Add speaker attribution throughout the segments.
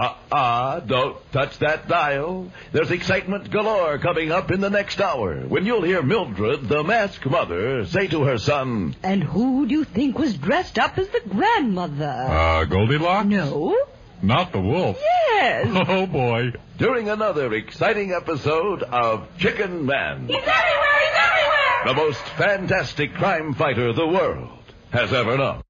Speaker 1: Ah, ah, don't touch that dial. There's excitement galore coming up in the next hour when you'll hear Mildred, the mask mother, say to her son,
Speaker 2: And who do you think was dressed up as the grandmother?
Speaker 3: Uh, Goldilocks?
Speaker 2: no?
Speaker 3: Not the wolf.
Speaker 2: Yes.
Speaker 3: Oh, boy.
Speaker 1: during another exciting episode of Chicken Man,
Speaker 4: He's everywhere! He's everywhere!
Speaker 1: the most fantastic crime fighter the world has ever known.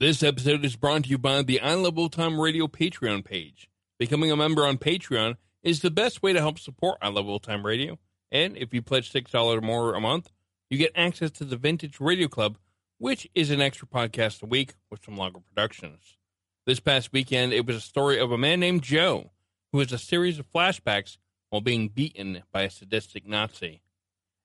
Speaker 5: This episode is brought to you by the I Love Old Time Radio Patreon page. Becoming a member on Patreon is the best way to help support I Love Old Time Radio. And if you pledge $6 or more a month, you get access to the Vintage Radio Club, which is an extra podcast a week with some longer productions. This past weekend, it was a story of a man named Joe who has a series of flashbacks while being beaten by a sadistic Nazi.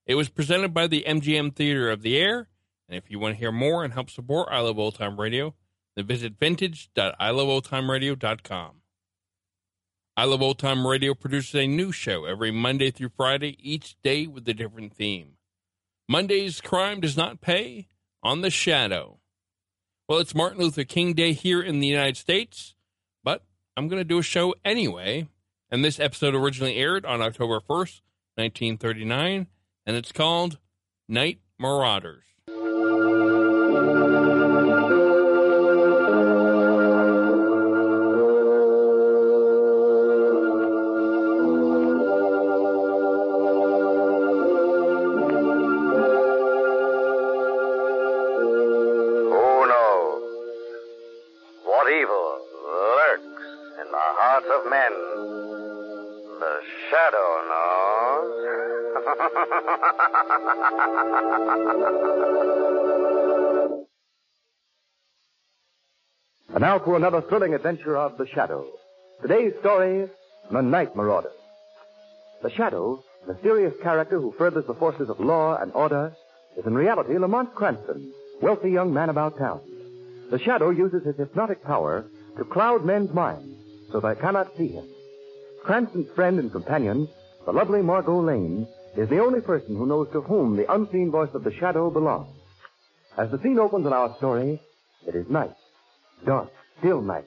Speaker 5: It was presented by the MGM Theater of the Air. And if you want to hear more and help support I Love Old Time Radio, then visit vintage.iloveoldtimeradio.com. I Love Old Time Radio produces a new show every Monday through Friday, each day with a different theme. Monday's Crime Does Not Pay on the Shadow. Well, it's Martin Luther King Day here in the United States, but I'm going to do a show anyway. And this episode originally aired on October 1st, 1939, and it's called Night Marauders.
Speaker 6: Who knows what evil lurks in the hearts of men? The shadow knows.
Speaker 7: And now for another thrilling adventure of The Shadow. Today's story, The Night Marauder. The Shadow, the mysterious character who furthers the forces of law and order, is in reality Lamont Cranston, wealthy young man about town. The Shadow uses his hypnotic power to cloud men's minds so they cannot see him. Cranston's friend and companion, the lovely Margot Lane, is the only person who knows to whom the unseen voice of the Shadow belongs. As the scene opens in our story, it is night dark, still night,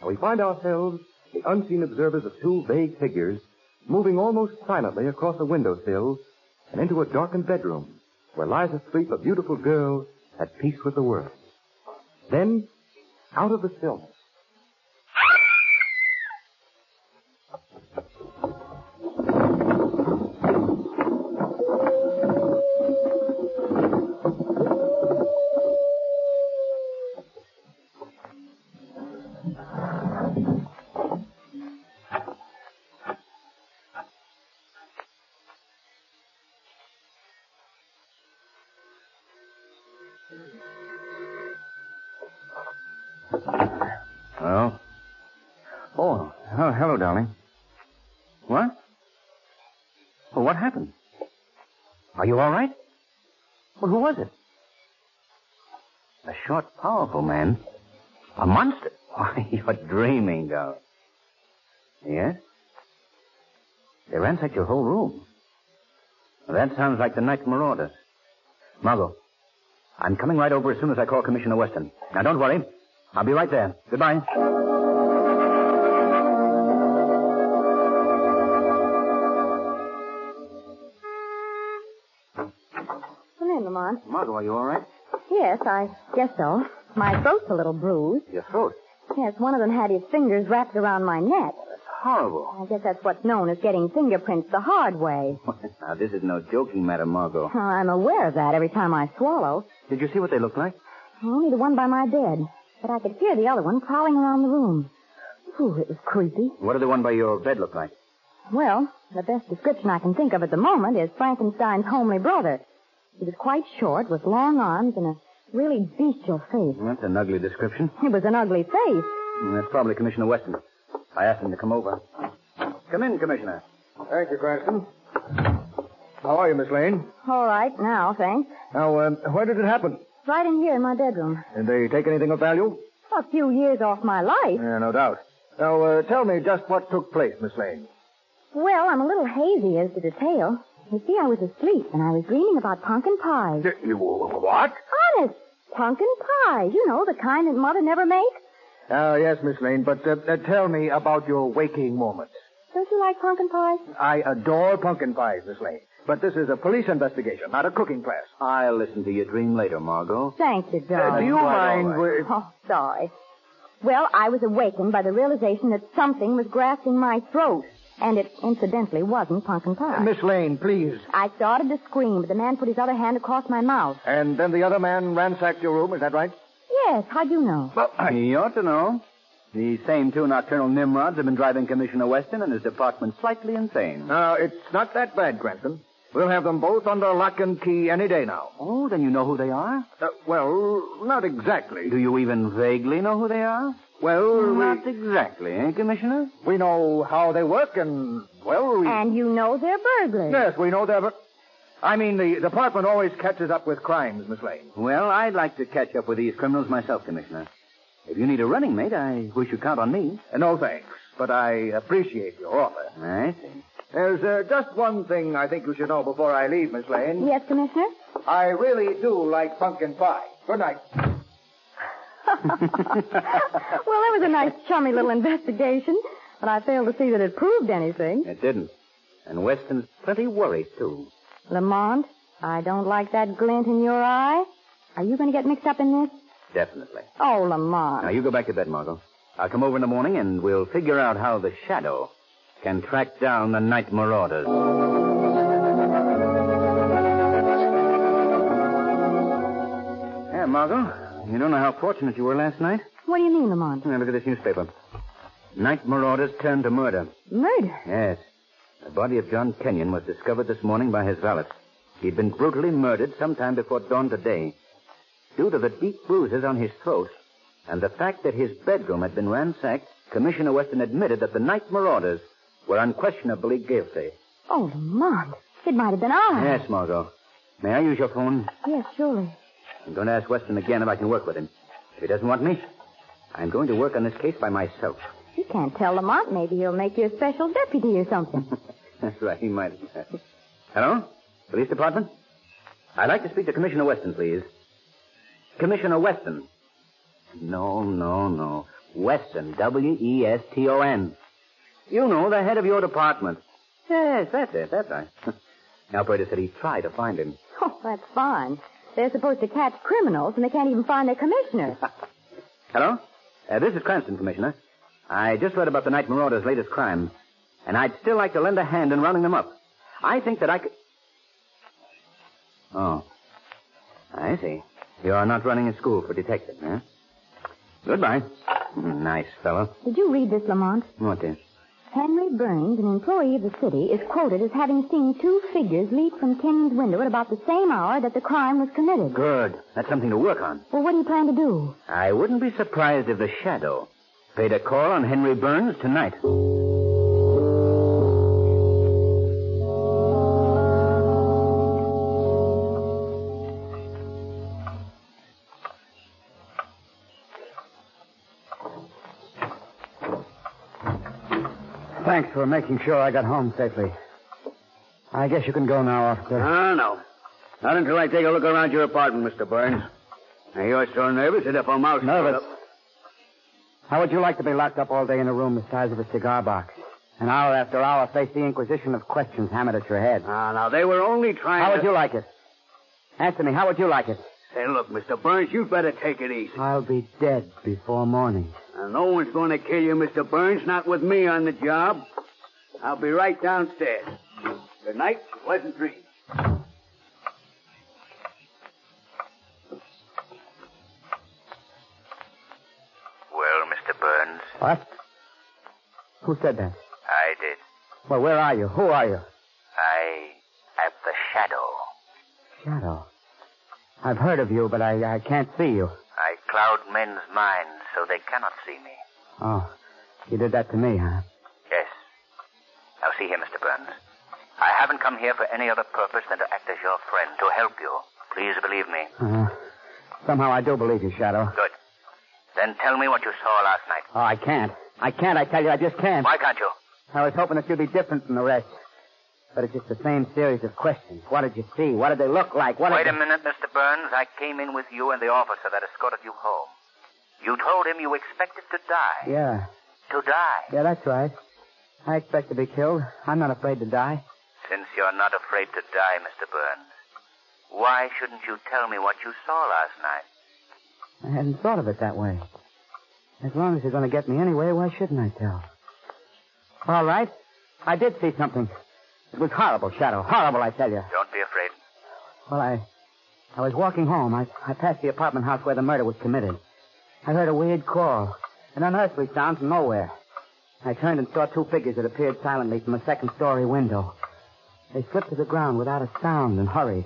Speaker 7: and we find ourselves the unseen observers of two vague figures moving almost silently across a windowsill and into a darkened bedroom where lies asleep a beautiful girl at peace with the world. Then, out of the stillness,
Speaker 6: Hello? Oh, oh, hello, darling. What? Oh, what happened? Are you all right? Well, who was it? A short, powerful man. A monster? Why, you're dreaming, darling. Yes? They ransacked your whole room. Well, that sounds like the night marauders. Margot, I'm coming right over as soon as I call Commissioner Weston. Now, don't worry. I'll be right there. Goodbye.
Speaker 8: Come in, Lamont.
Speaker 6: Margot, are you all right?
Speaker 8: Yes, I guess so. My throat's a little bruised.
Speaker 6: Your throat.
Speaker 8: Yes, one of them had his fingers wrapped around my neck.
Speaker 9: horrible.
Speaker 8: I guess that's what's known as getting fingerprints the hard way.
Speaker 9: now, this is no joking matter, Margot.
Speaker 8: Oh, I'm aware of that every time I swallow.
Speaker 9: Did you see what they look like?
Speaker 8: Only the one by my bed. But I could hear the other one prowling around the room. Ooh, it was creepy.
Speaker 9: What did the one by your bed look like?
Speaker 8: Well, the best description I can think of at the moment is Frankenstein's homely brother. He was quite short, with long arms and a really bestial face.
Speaker 9: That's an ugly description.
Speaker 8: It was an ugly face.
Speaker 9: Mm, That's probably Commissioner Weston. I asked him to come over. Come in, Commissioner.
Speaker 7: Thank you, Cranston. How are you, Miss Lane?
Speaker 8: All right, now, thanks.
Speaker 7: Now, um, where did it happen?
Speaker 8: Right in here in my bedroom.
Speaker 7: Did they take anything of value?
Speaker 8: A few years off my life.
Speaker 7: Yeah, no doubt. Now, uh, tell me just what took place, Miss Lane.
Speaker 8: Well, I'm a little hazy as to detail. You see, I was asleep and I was dreaming about pumpkin pies.
Speaker 7: What?
Speaker 8: Honest, pumpkin pie. You know, the kind that Mother never makes.
Speaker 7: Oh, yes, Miss Lane, but uh, uh, tell me about your waking moments.
Speaker 8: Don't you like pumpkin pies?
Speaker 7: I adore pumpkin pies, Miss Lane, but this is a police investigation, not a cooking class.
Speaker 9: I'll listen to your dream later, Margot.
Speaker 8: Thank you,
Speaker 7: Uh,
Speaker 8: darling.
Speaker 7: do you
Speaker 9: quite all
Speaker 7: mind...
Speaker 9: right.
Speaker 7: wi-
Speaker 8: Oh, sorry. Well, I was awakened by the realization that something was grasping my throat. And it incidentally wasn't pumpkin pie.
Speaker 7: Miss Lane, please.
Speaker 8: I started to scream, but the man put his other hand across my mouth.
Speaker 7: And then the other man ransacked your room, is that right?
Speaker 8: Yes, how'd you know?
Speaker 7: Well,
Speaker 9: He ought to know. These same two nocturnal nimrods have been driving Commissioner Weston and his department slightly insane.
Speaker 7: Now, it's not that bad, Cranston. We'll have them both under lock and key any day now.
Speaker 9: Oh, then you know who they are?
Speaker 7: Uh, well, not exactly.
Speaker 9: Do you even vaguely know who they are?
Speaker 7: Well,
Speaker 9: Not exactly, eh, Commissioner?
Speaker 7: we, we know how they work, and, well, we...
Speaker 8: And you know they're burglars.
Speaker 7: Yes, we know that, but... I mean, the department always catches up with crimes, Miss Lane.
Speaker 9: Well, I'd like to catch up with these criminals myself, Commissioner. If you need a running mate, I wish you'd count on me.
Speaker 7: Uh, no thanks, but I appreciate your offer.
Speaker 9: I see.
Speaker 7: There's uh, just one thing I think you should know before I leave, Miss Lane.
Speaker 8: Yes, Commissioner?
Speaker 7: I really do like pumpkin pie. Good night.
Speaker 8: Well, that was a nice, chummy little investigation, but I failed to see that it proved anything.
Speaker 9: It didn't. And Weston's plenty worried, too.
Speaker 8: Lamont, I don't like that glint in your eye. Are you going to get mixed up in this?
Speaker 9: Definitely.
Speaker 8: Oh,
Speaker 9: Now,
Speaker 8: Lamont.
Speaker 9: you go back to bed, Margot. I'll come over in the morning and we'll figure out how the shadow can track down the night marauders. Yeah, Margot, you don't know how fortunate you were last night.
Speaker 8: What do you mean, Lamont?
Speaker 9: Now, look at this newspaper. Night marauders turn to murder.
Speaker 8: Murder.
Speaker 9: Yes. The body of John Kenyon was discovered this morning by his valet. He'd been brutally murdered sometime before dawn today. Due to the deep bruises on his throat and the fact that his bedroom had been ransacked, Commissioner Weston admitted that the night marauders were unquestionably guilty.
Speaker 8: Oh, Lamont. It might have been I.
Speaker 9: Yes, Margot. May I use your phone?
Speaker 8: Yes, surely.
Speaker 9: I'm going to ask Weston again if I can work with him. If he doesn't want me, I'm going to work on this case by myself.
Speaker 8: You can't tell Lamont. Maybe he'll make you a special deputy or something.
Speaker 9: That's right. He might. Hello? Police Department? I'd like to speak to Commissioner Weston, please. Commissioner Weston. No, no, no. Weston. W E S T O N. You know, the head of your department. Yes, that's it. That's right. the operator said he'd try to find him.
Speaker 8: oh, that's fine. They're supposed to catch criminals, and they can't even find their commissioner.
Speaker 9: Hello? Uh, this is Cranston, Commissioner. I just read about the night marauders' latest crime, and I'd still like to lend a hand in rounding them up. I think that I could. Oh. I see. You are not running a school for detective, huh? Goodbye. Mm, Nice fellow.
Speaker 8: Did you read this, Lamont?
Speaker 9: What is?
Speaker 8: Henry Burns, an employee of the city, is quoted as having seen two figures leap from Kenyon's window at about the same hour that the crime was committed.
Speaker 9: Good. That's something to work on.
Speaker 8: Well, what do you plan to do?
Speaker 9: I wouldn't be surprised if the shadow paid a call on Henry Burns tonight. Thanks for making sure I got home safely. I guess you can go now, officer.
Speaker 10: Uh,
Speaker 9: No, no. Not until I take a look around your apartment, Mr. Burns. Now, you're so nervous that if I'm out... Nervous?
Speaker 11: How would you like to be locked up all day in a room the size of a cigar box? An hour after hour, face the inquisition of questions hammered at your head.
Speaker 9: Ah, now, they were only trying
Speaker 11: How
Speaker 9: to...
Speaker 11: would you like it? Answer me, how would you like it?
Speaker 10: Hey, look, Mr. Burns, you'd better take it easy.
Speaker 11: I'll be dead before morning.
Speaker 10: Now, no one's going to kill you, Mr. Burns, not with me on the job. I'll be right downstairs. Good night, pleasant dreams.
Speaker 9: Well, Mr. Burns,
Speaker 11: What? Who said that?
Speaker 9: I did.
Speaker 11: Well, where are you? Who are you?
Speaker 9: I am the shadow.
Speaker 11: Shadow. I've heard of you, but I, I can't see you.
Speaker 9: I cloud men's minds so they cannot see me.
Speaker 11: Oh, you did that to me, huh?
Speaker 9: Yes. Now, see here, Mr. Burns. I haven't come here for any other purpose than to act as your friend, to help you. Please believe me.
Speaker 11: Uh, somehow I do believe you, Shadow.
Speaker 9: Good. Then tell me what you saw last night.
Speaker 11: Oh, I can't. I can't, I tell you, I just can't.
Speaker 9: Why can't you?
Speaker 11: I was hoping that you'd be different from the rest. But it's just the same series of questions. What did you see? What did they look like? What
Speaker 9: Wait
Speaker 11: did
Speaker 9: a minute, Mr. Burns. I came in with you and the officer that escorted you home. You told him you expected to die.
Speaker 11: Yeah.
Speaker 9: To die.
Speaker 11: Yeah, that's right. I expect to be killed. I'm not afraid to die.
Speaker 9: Since you're not afraid to die, Mr. Burns, why shouldn't you tell me what you saw last night?
Speaker 11: I hadn't thought of it that way. As long as you're going to get me anyway, why shouldn't I tell? All right. I did see something. It was horrible, Shadow. Horrible, I tell you.
Speaker 9: Don't be afraid.
Speaker 11: Well, I, I was walking home. I, I passed the apartment house where the murder was committed. I heard a weird call, an unearthly sound from nowhere. I turned and saw two figures that appeared silently from a second-story window. They slipped to the ground without a sound and hurried,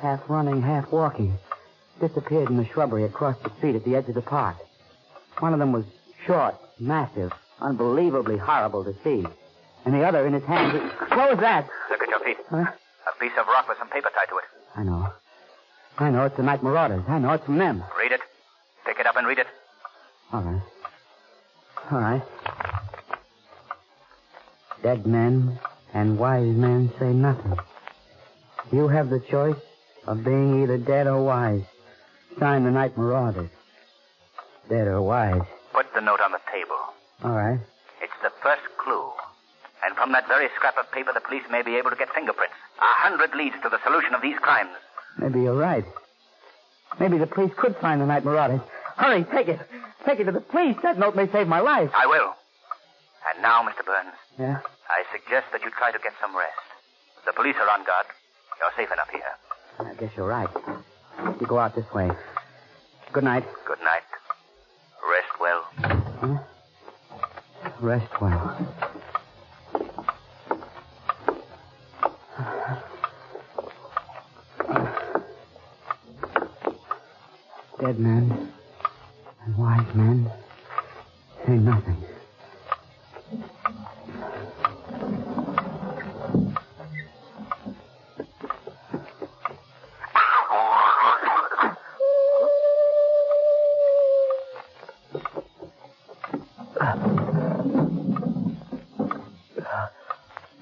Speaker 11: half running, half walking. Disappeared in the shrubbery across the street at the edge of the park. One of them was short, massive, unbelievably horrible to see. And the other in his hand was... Close that!
Speaker 9: Look at your feet.
Speaker 11: Huh?
Speaker 9: A piece of rock with some paper tied to it.
Speaker 11: I know. I know it's the night marauders. I know it's from them.
Speaker 9: Read it. Pick it up and read it.
Speaker 11: All right. All right. Dead men and wise men say nothing. You have the choice of being either dead or wise. Sign the night marauders. Dead or wise.
Speaker 9: Put the note on the table.
Speaker 11: All right.
Speaker 9: It's the first clue. And from that very scrap of paper, the police may be able to get fingerprints. A hundred leads to the solution of these crimes.
Speaker 11: Maybe you're right. Maybe the police could find the night marauders. Hurry, take it. Take it to the police. That note may save my life.
Speaker 9: I will. And now, Mr. Burns,
Speaker 11: Yeah?
Speaker 9: I suggest that you try to get some rest. The police are on guard. You're safe enough here.
Speaker 11: I guess you're right. You go out this way. Good night.
Speaker 9: Good night. Rest well.
Speaker 11: Huh? Rest well. Dead men and wise men say nothing.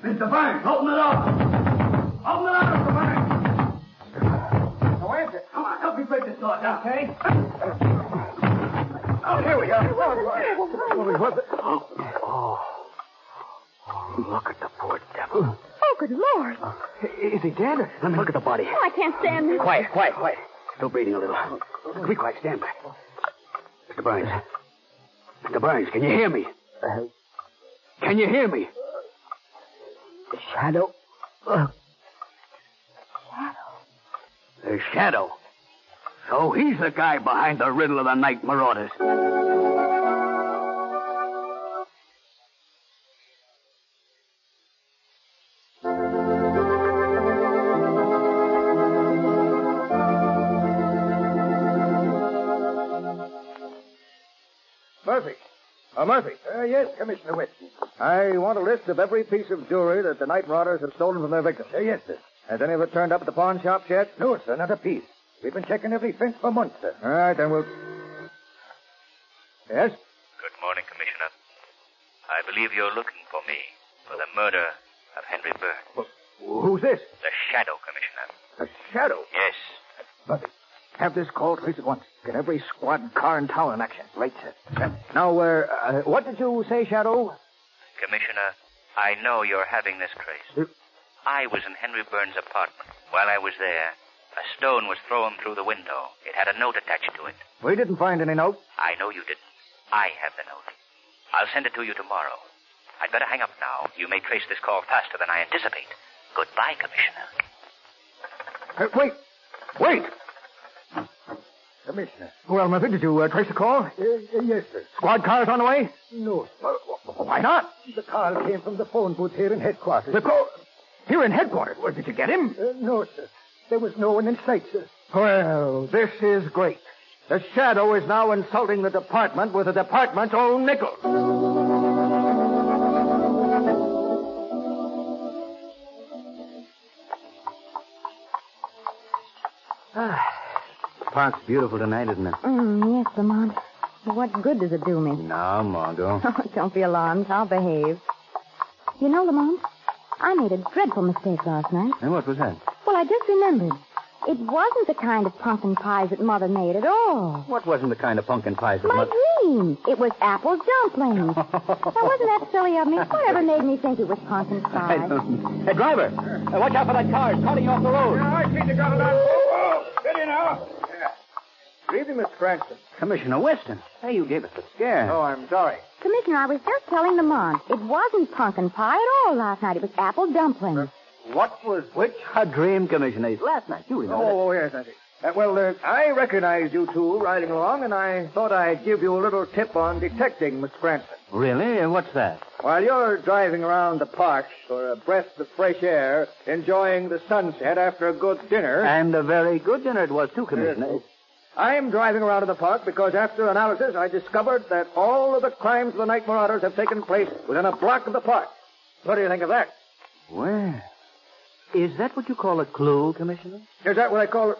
Speaker 10: Mr. Burns, open the door. Open the door, Mr. Burns. Now, where's it? Come on, help me break this door down. Okay. Oh, here we are.
Speaker 11: Oh, look at the poor devil.
Speaker 8: Oh, good Lord.
Speaker 11: Uh, Is he dead? Let me look at the body.
Speaker 8: Oh, I can't stand this.
Speaker 11: Quiet, quiet, quiet. Still breathing a little. Be quiet. Stand back. Mr. Burns.
Speaker 10: Mr. Burns, can you hear me? Can you hear me?
Speaker 11: Shadow.
Speaker 10: The shadow. So he's the guy behind the riddle of the night marauders.
Speaker 12: Murphy. Uh, Murphy.
Speaker 7: Uh, yes, Commissioner Whitson.
Speaker 12: I want a list of every piece of jewelry that the night marauders have stolen from their victims.
Speaker 7: Uh, yes, sir.
Speaker 12: Has any of it turned up at the pawn shops yet?
Speaker 7: No, sir, not a piece. We've been checking every fence for months, sir.
Speaker 12: All right, then we'll. Yes?
Speaker 9: Good morning, Commissioner. I believe you're looking for me for the murder of Henry Burns.
Speaker 12: Who's this?
Speaker 9: The Shadow, Commissioner.
Speaker 12: A shadow.
Speaker 9: Yes.
Speaker 12: Have this call traced at once. Get every squad, car, and town in action. Right, sir. Now, uh, uh, what did you say, Shadow?
Speaker 9: Commissioner, I know you're having this trace. I was in Henry Burns' apartment. While I was there, A stone was thrown through the window. It had a note attached to it.
Speaker 13: We didn't find any note.
Speaker 9: I know you didn't. I have the note. I'll send it to you tomorrow. I'd better hang up now. You may trace this call faster than I anticipate. Goodbye, Commissioner.
Speaker 7: Uh,
Speaker 13: Hey, wait. Wait. Commissioner. Well, Murphy, did you uh, trace the call?
Speaker 14: yes, sir.
Speaker 13: Squad cars on the way?
Speaker 14: No, sir.
Speaker 13: Why not?
Speaker 14: The call came from the phone booth here in headquarters.
Speaker 13: The call? Here in headquarters? Well, did you get him?
Speaker 14: Uh, no, sir. There was no one in sight, sir.
Speaker 13: Well, this is great. The shadow is now insulting the department with the department's own nickel.
Speaker 15: Park's beautiful tonight, isn't it?
Speaker 8: Mm, yes, Lamont. But What good does it do me?
Speaker 15: Now, Margot.
Speaker 8: Oh, don't be alarmed. I'll behave. You know, Lamont, I made a dreadful mistake last night.
Speaker 15: And what was that?
Speaker 8: Well, I just remembered. It wasn't the kind of pumpkin pies that Mother made at all.
Speaker 15: What wasn't the kind of pumpkin pies that
Speaker 8: My
Speaker 15: mother...
Speaker 8: dream. It was apple dumplings. now, wasn't that silly of me? Whatever made me think it was pumpkin pie?
Speaker 15: Hey, driver! uh, watch out for that car. It's cutting you off the road.
Speaker 10: I see the gun on. Whoa, whoa. Steady now.
Speaker 7: Good evening, Miss Cranston.
Speaker 15: Commissioner Weston. Hey, you gave us a scare.
Speaker 7: Oh, I'm sorry.
Speaker 8: Commissioner, I was just telling Lamont. It wasn't pumpkin pie at all last night. It was apple dumplings.
Speaker 7: What was
Speaker 15: Which? A dream, Commissioner. Last night, you remember.
Speaker 7: Oh, oh, yes, I see. Uh, well, uh, I recognized you two riding along, and I thought I'd give you a little tip on detecting Miss Cranston.
Speaker 15: Really? And What's that?
Speaker 7: While you're driving around the park for a breath of fresh air, enjoying the sunset after a good dinner,
Speaker 15: And a very good dinner it was, too, Commissioner.
Speaker 7: I'm driving around in the park because after analysis, I discovered that all of the crimes of the night marauders have taken place within a block of the park. What do you think of that?
Speaker 15: Well, is that what you call a clue, Commissioner?
Speaker 7: Is that what I call it?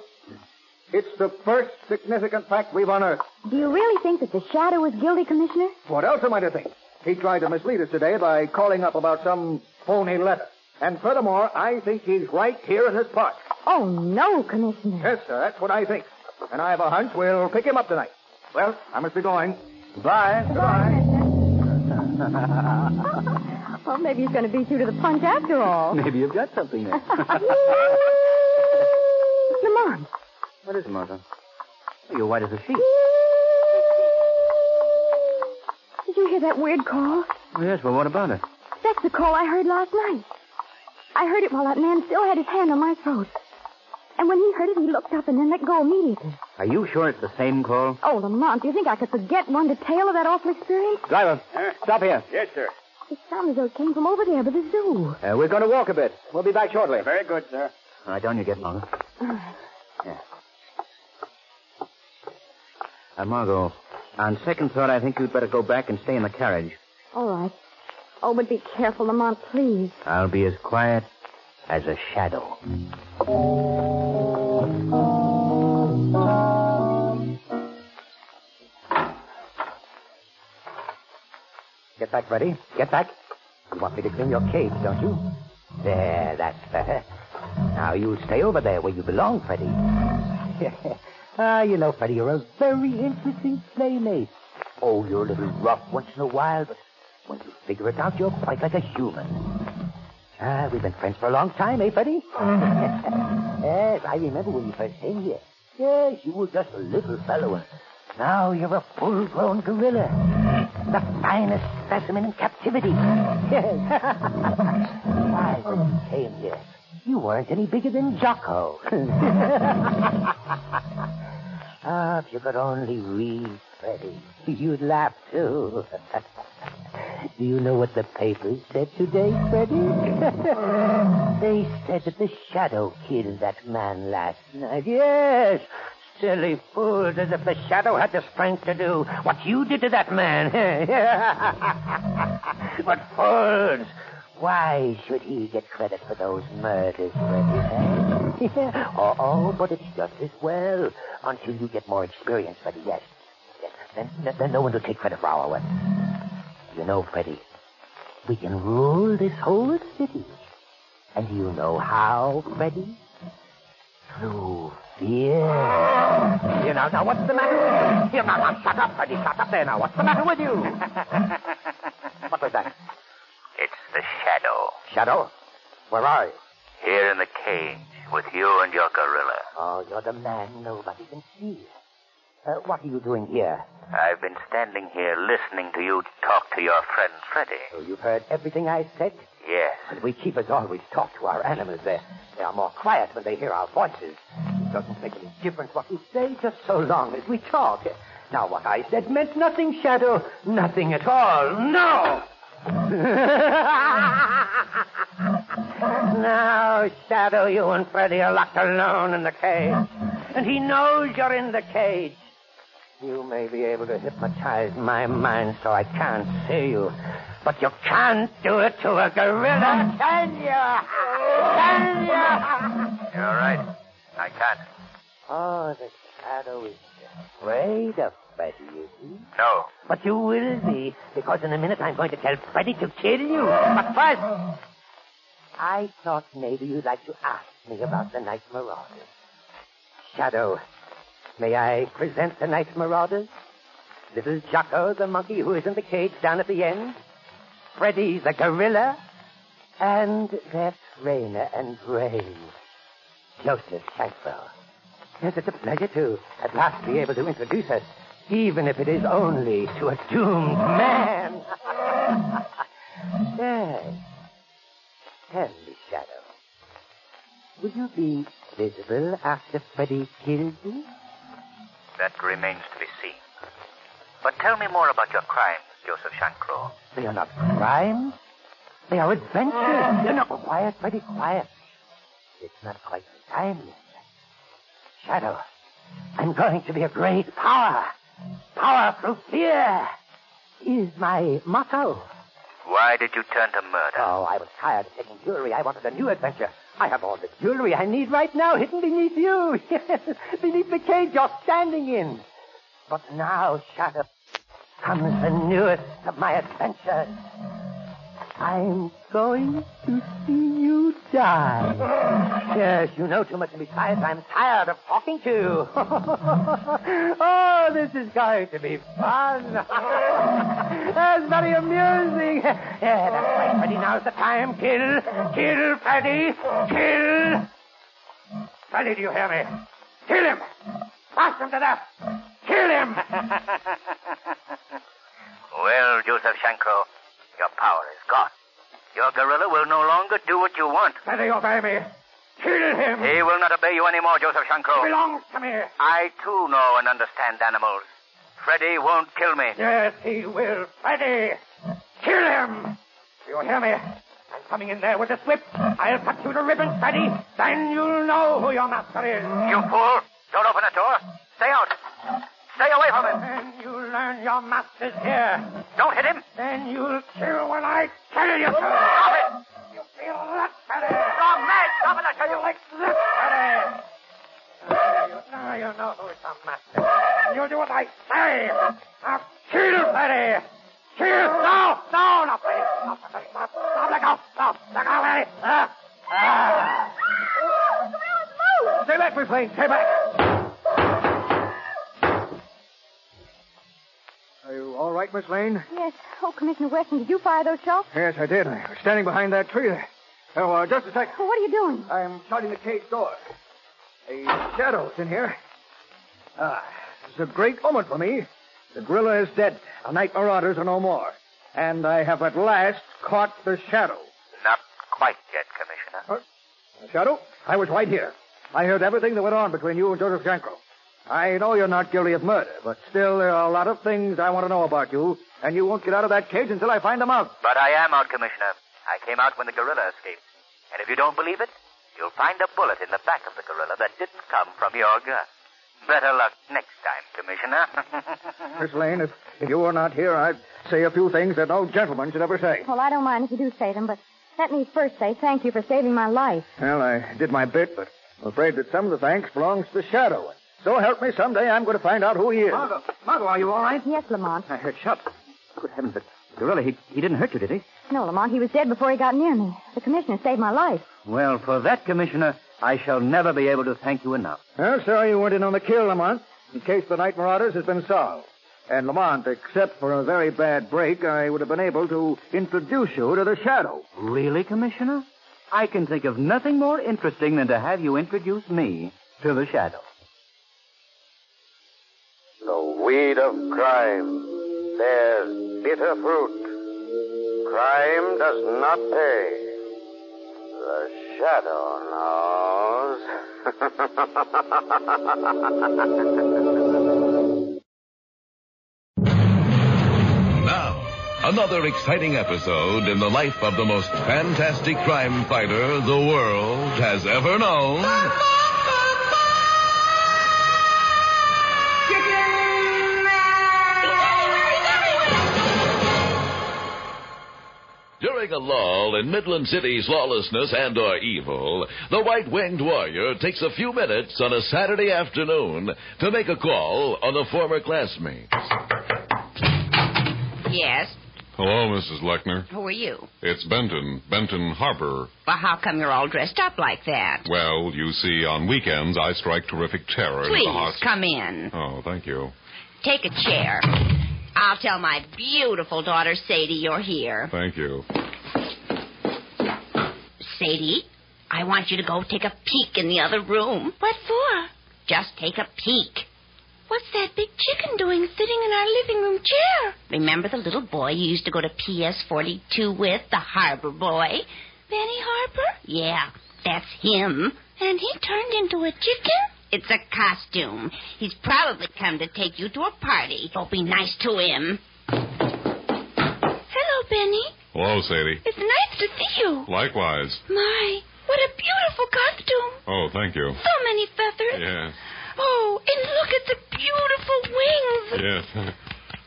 Speaker 7: It's the first significant fact we've unearthed.
Speaker 8: Do you really think that the shadow was guilty, Commissioner?
Speaker 7: What else am I to think? He tried to mislead us today by calling up about some phony letter. And furthermore, I think he's right here in this park.
Speaker 8: Oh, no, Commissioner.
Speaker 7: Yes, sir, that's what I think. And I have a hunch we'll pick him up tonight. Well, I must be going. Goodbye. Goodbye.
Speaker 8: Well, maybe he's going to beat you to the punch after all.
Speaker 15: Maybe you've got something there.
Speaker 8: Lamont,
Speaker 15: what is it, Margot? Oh, You're white as a sheet.
Speaker 8: did you hear that weird call?
Speaker 15: Oh, yes, well, what about it?
Speaker 8: That's the call I heard last night. I heard it while that man still had his hand on my throat. And when he heard it, he looked up and then let go immediately.
Speaker 15: Are you sure it's the same call?
Speaker 8: Oh, Lamont, do you think I could forget one detail of that awful experience?
Speaker 15: Driver, stop here.
Speaker 7: yes, sir.
Speaker 8: It sounded as though it came from over there by the zoo.
Speaker 15: Uh, we're going to walk a bit. We'll be back shortly.
Speaker 7: Very good, sir.
Speaker 15: All right, down you get, Margot.
Speaker 8: All right.
Speaker 15: Uh, Margot, on second thought, I think you'd better go back and stay in the carriage.
Speaker 8: All right. Oh, but be careful, Lamont, please.
Speaker 15: I'll be as quiet as a shadow. Get back ready. Get back. You want me to clean your cage, don't you? There, that's better. Now you stay over there where you belong, Freddy. ah, you know, Freddy, you're a very interesting playmate. Oh, you're a little rough once in a while, but when you figure it out, you're quite like a human. Ah, we've been friends for a long time, eh, Freddy? yes, I remember when you first came here. Yes, you were just a little fellow, and now you're a full-grown gorilla. The finest specimen in captivity. Yes. Why, when you came here, you weren't any bigger than Jocko. ah, if you could only read, Freddy, you'd laugh, too. Do you know what the papers said today, Freddy? they said that the shadow killed that man last night. Yes. Silly fools, as if the shadow had the strength to do what you did to that man. but fools, why should he get credit for those murders, Freddy? eh? oh, oh, but it's just as well. Until you get more experience, Freddy, yes. yes. Then, then no one will take credit for our work. You know, Freddy, we can rule this whole city. And do you know how, Freddy? Through fear. You know, now what's the matter with you? You know, now shut up, Freddy. Shut up there now. What's the matter with you? what was that?
Speaker 9: It's the shadow.
Speaker 15: Shadow? Where are you?
Speaker 9: Here in the cage with you and your gorilla.
Speaker 15: Oh, you're the man nobody can see. Uh, what are you doing here?
Speaker 9: I've been standing here listening to you talk to your friend Freddy.
Speaker 15: Oh, you've heard everything I said?
Speaker 9: Yes.
Speaker 15: But we keepers always talk to our animals. They, they are more quiet when they hear our voices. It doesn't make any difference what we say, just so long as we talk. Now, what I said meant nothing, Shadow. Nothing at all. No! now, Shadow, you and Freddy are locked alone in the cage. And he knows you're in the cage. You may be able to hypnotize my mind so I can't see you. But you can't do it to a gorilla, can you? Can you?
Speaker 9: You're right. I can't.
Speaker 15: Oh, the shadow is afraid of Freddy, is he?
Speaker 9: No.
Speaker 15: But you will be, because in a minute I'm going to tell Freddy to kill you. But first, I thought maybe you'd like to ask me about the Night Marauders. Shadow, may I present the Night Marauders? Little Jocko, the monkey who is in the cage down at the end. Freddy, the gorilla. And their trainer and brain, Joseph Shankwell. Yes, it's a pleasure to at last be able to introduce us, even if it is only to a doomed man. yes. Tell me, Shadow, will you be visible after Freddy kills you?
Speaker 9: That remains to be seen. But tell me more about your crimes, Joseph Shankrow.
Speaker 15: They are not crimes. They are adventures. They're not quiet, Freddy, quiet. It's not quite the time yet. Shadow, I'm going to be a great power. Power through fear is my motto.
Speaker 9: Why did you turn to murder?
Speaker 15: Oh, I was tired of taking jewelry. I wanted a new adventure. I have all the jewelry I need right now hidden beneath you, beneath the cage you're standing in. But now, Shadow, comes the newest of my adventures. I'm going to see you die. Yes, you know too much, and besides, I'm tired of talking to you. oh, this is going to be fun. That's very amusing. Yeah, that's right, Freddy. Now's the time. Kill, kill, Freddy, kill. Freddy, do you hear me? Kill him. Smash him to death. Kill him.
Speaker 9: well, Joseph Shankro, your power is gone. Your gorilla will no longer do what you want.
Speaker 10: Freddy, obey me. Kill him.
Speaker 9: He will not obey you anymore, Joseph Shankro.
Speaker 10: He belongs to me.
Speaker 9: I, too, know and understand animals. Freddy won't kill me.
Speaker 10: Yes, he will. Freddy, kill him. Do you hear me? I'm coming in there with this whip. I'll cut you to ribbons, Freddy. Then you'll know who your master is.
Speaker 9: You fool. Don't open the door. Stay out. Stay away from him.
Speaker 10: Then you learn your master's here.
Speaker 9: Don't hit him.
Speaker 10: Then you'll kill when I tell you to.
Speaker 9: Stop it.
Speaker 10: You feel that, Freddy?
Speaker 9: You're mad. Stop it, I tell you.
Speaker 10: Like this, Freddy. Now you, now you know who's your master. You'll do what I say. Now kill, Freddy. Kill. No, no, not Freddy. Stop, Freddy. Stop, stop. Let go. Stop. Let go, Freddy. Ah. Ah. Stay back, Miss Lane. Stay back.
Speaker 7: Are you all right, Miss Lane?
Speaker 8: Yes. Oh, Commissioner Weston, did you fire those shots?
Speaker 7: Yes, I did. I was standing behind that tree there. Oh, uh, just a sec.
Speaker 8: Well, what are you doing?
Speaker 7: I'm shutting the cage door. A shadow's in here. Ah, it's a great moment for me. The gorilla is dead. The night marauders are no more. And I have at last caught the shadow.
Speaker 9: Not quite yet, Commissioner.
Speaker 7: Uh, shadow, I was right here. I heard everything that went on between you and Joseph Janko. I know you're not guilty of murder, but still there are a lot of things I want to know about you, and you won't get out of that cage until I find them out.
Speaker 9: But I am out, Commissioner. I came out when the gorilla escaped. And if you don't believe it, you'll find a bullet in the back of the gorilla that didn't come from your gun. Better luck next time, Commissioner.
Speaker 7: Miss Lane, if, if you were not here, I'd say a few things that no gentleman should ever say.
Speaker 8: Well, I don't mind if you do say them, but let me first say thank you for saving my life.
Speaker 7: Well, I did my bit, but I'm afraid that some of the thanks belongs to the shadow. So help me, someday I'm going to find out who he is.
Speaker 16: Margot, Margot, are you all right? Uh,
Speaker 8: Yes, Lamont.
Speaker 16: I heard shots. Good heavens, but Gorilla, he, he didn't hurt you, did he?
Speaker 8: No, Lamont, he was dead before he got near me. The commissioner saved my life.
Speaker 16: Well, for that, Commissioner, I shall never be able to thank you enough.
Speaker 7: Well, sir, you went in on the kill, Lamont, in case the night marauders has been solved. And Lamont, except for a very bad break, I would have been able to introduce you to the shadow.
Speaker 16: Really, Commissioner? I can think of nothing more interesting than to have you introduce me.
Speaker 6: to the shadow.
Speaker 17: The weed of crime bears bitter fruit. Crime does not pay. The shadow knows.
Speaker 1: Now, another exciting episode in the life of the most fantastic crime fighter the world has ever known. During a lull in Midland City's lawlessness and or evil, the white-winged warrior takes a few minutes on a Saturday afternoon to make a call on a former classmate.
Speaker 18: Yes.
Speaker 3: Hello, Mrs. Lechner.
Speaker 18: Who are you?
Speaker 3: It's Benton, Benton Harbor.
Speaker 18: Well, how come you're all dressed up like that?
Speaker 3: Well, you see, on weekends I strike terrific terror into
Speaker 18: Please
Speaker 3: the hearts.
Speaker 18: come in.
Speaker 3: Oh, thank you.
Speaker 18: Take a chair. I'll tell my beautiful daughter Sadie you're here.
Speaker 3: Thank you.
Speaker 18: Sadie, I want you to go take a peek in the other room.
Speaker 19: What for?
Speaker 18: Just take a peek.
Speaker 19: What's that big chicken doing sitting in our living room chair?
Speaker 18: Remember the little boy you used to go to PS 42 with, the harbor boy?
Speaker 19: Benny Harper?
Speaker 18: Yeah, that's him.
Speaker 19: And he turned into a chicken?
Speaker 18: It's a costume. He's probably come to take you to a party. Oh, be nice to him.
Speaker 19: Hello, Benny.
Speaker 3: Hello, Sadie.
Speaker 19: It's nice to see you.
Speaker 3: Likewise.
Speaker 19: My, what a beautiful costume.
Speaker 3: Oh, thank you.
Speaker 19: So many feathers.
Speaker 3: Yes.
Speaker 19: Oh, and look at the beautiful wings.
Speaker 3: Yes.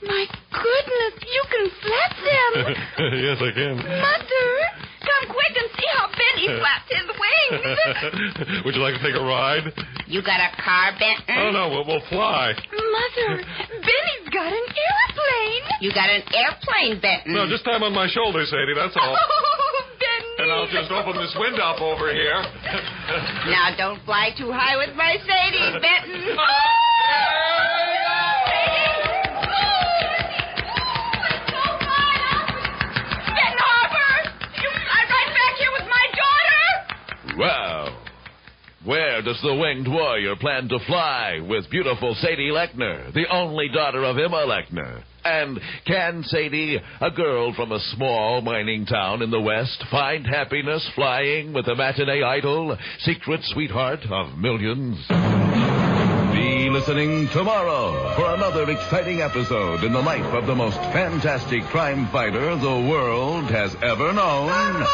Speaker 19: My goodness, you can flap them.
Speaker 3: yes, I can.
Speaker 19: Mother, come quick and see how Benny flaps his wings.
Speaker 3: Would you like to take a ride?
Speaker 18: You got a car, Benton?
Speaker 3: Oh, no, we'll, we'll fly.
Speaker 19: Mother, Benny's got an airplane.
Speaker 18: You got an airplane, Benton.
Speaker 3: No, just time on my shoulder, Sadie, that's all.
Speaker 19: Oh, Benny.
Speaker 3: And I'll just open this window up over here.
Speaker 18: Now don't fly too high with my Sadie, Benton.
Speaker 19: Ben Harper, you are right back here with my daughter.
Speaker 1: Well, where does the winged warrior plan to fly with beautiful Sadie Lechner, the only daughter of Emma Lechner? And can Sadie, a girl from a small mining town in the West, find happiness flying with the matinee idol, secret sweetheart of millions? Be listening tomorrow for another exciting episode in the life of the most fantastic crime fighter the world has ever known.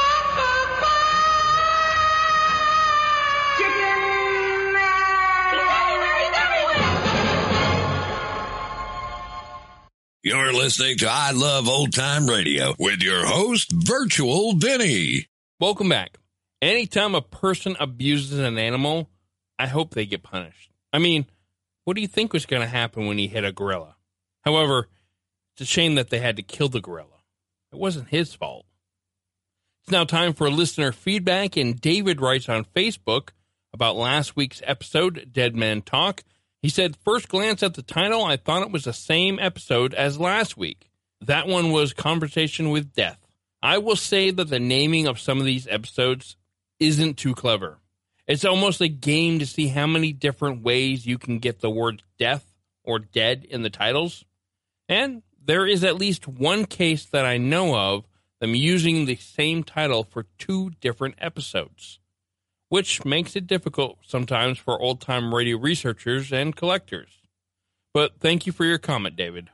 Speaker 20: You're listening to I Love Old Time Radio with your host, Virtual Vinny.
Speaker 5: Welcome back. Anytime a person abuses an animal, I hope they get punished. I mean, what do you think was going to happen when he hit a gorilla? However, it's a shame that they had to kill the gorilla. It wasn't his fault. It's now time for listener feedback, and David writes on Facebook about last week's episode, Dead Man Talk. He said, First glance at the title, I thought it was the same episode as last week. That one was Conversation with Death. I will say that the naming of some of these episodes isn't too clever. It's almost a game to see how many different ways you can get the word death or dead in the titles. And there is at least one case that I know of them using the same title for two different episodes, which makes it difficult sometimes for old time radio researchers and collectors. But thank you for your comment, David.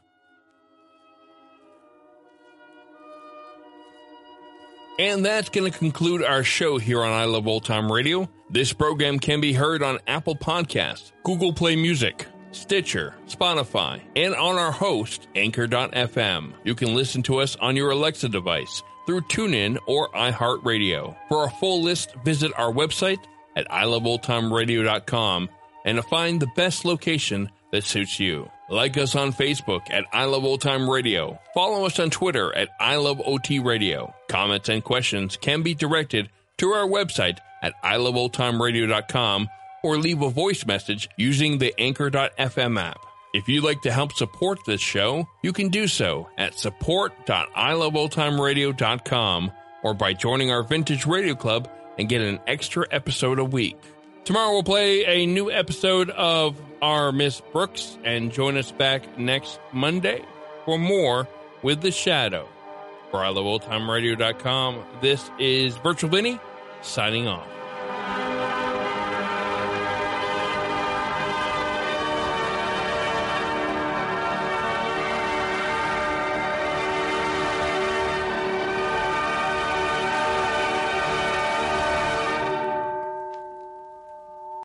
Speaker 5: And that's going to conclude our show here on I Love Old Time Radio. This program can be heard on Apple Podcasts, Google Play Music, Stitcher, Spotify, and on our host, Anchor.fm. You can listen to us on your Alexa device through TuneIn or iHeartRadio. For a full list, visit our website at iloveoldtimeradio.com and to find the best location that suits you. Like us on Facebook at I Love Old Time Radio. Follow us on Twitter at I Love OT Radio. Comments and questions can be directed to our website at iloveoldtimeradio.com or leave a voice message using the anchor.fm app. If you'd like to help support this show, you can do so at support.iloveoldtimeradio.com or by joining our Vintage Radio Club and get an extra episode a week. Tomorrow we'll play a new episode of our Miss Brooks and join us back next Monday for more with the Shadow. For iloveoldtimeradio.com, this is Virtual Vinny signing off.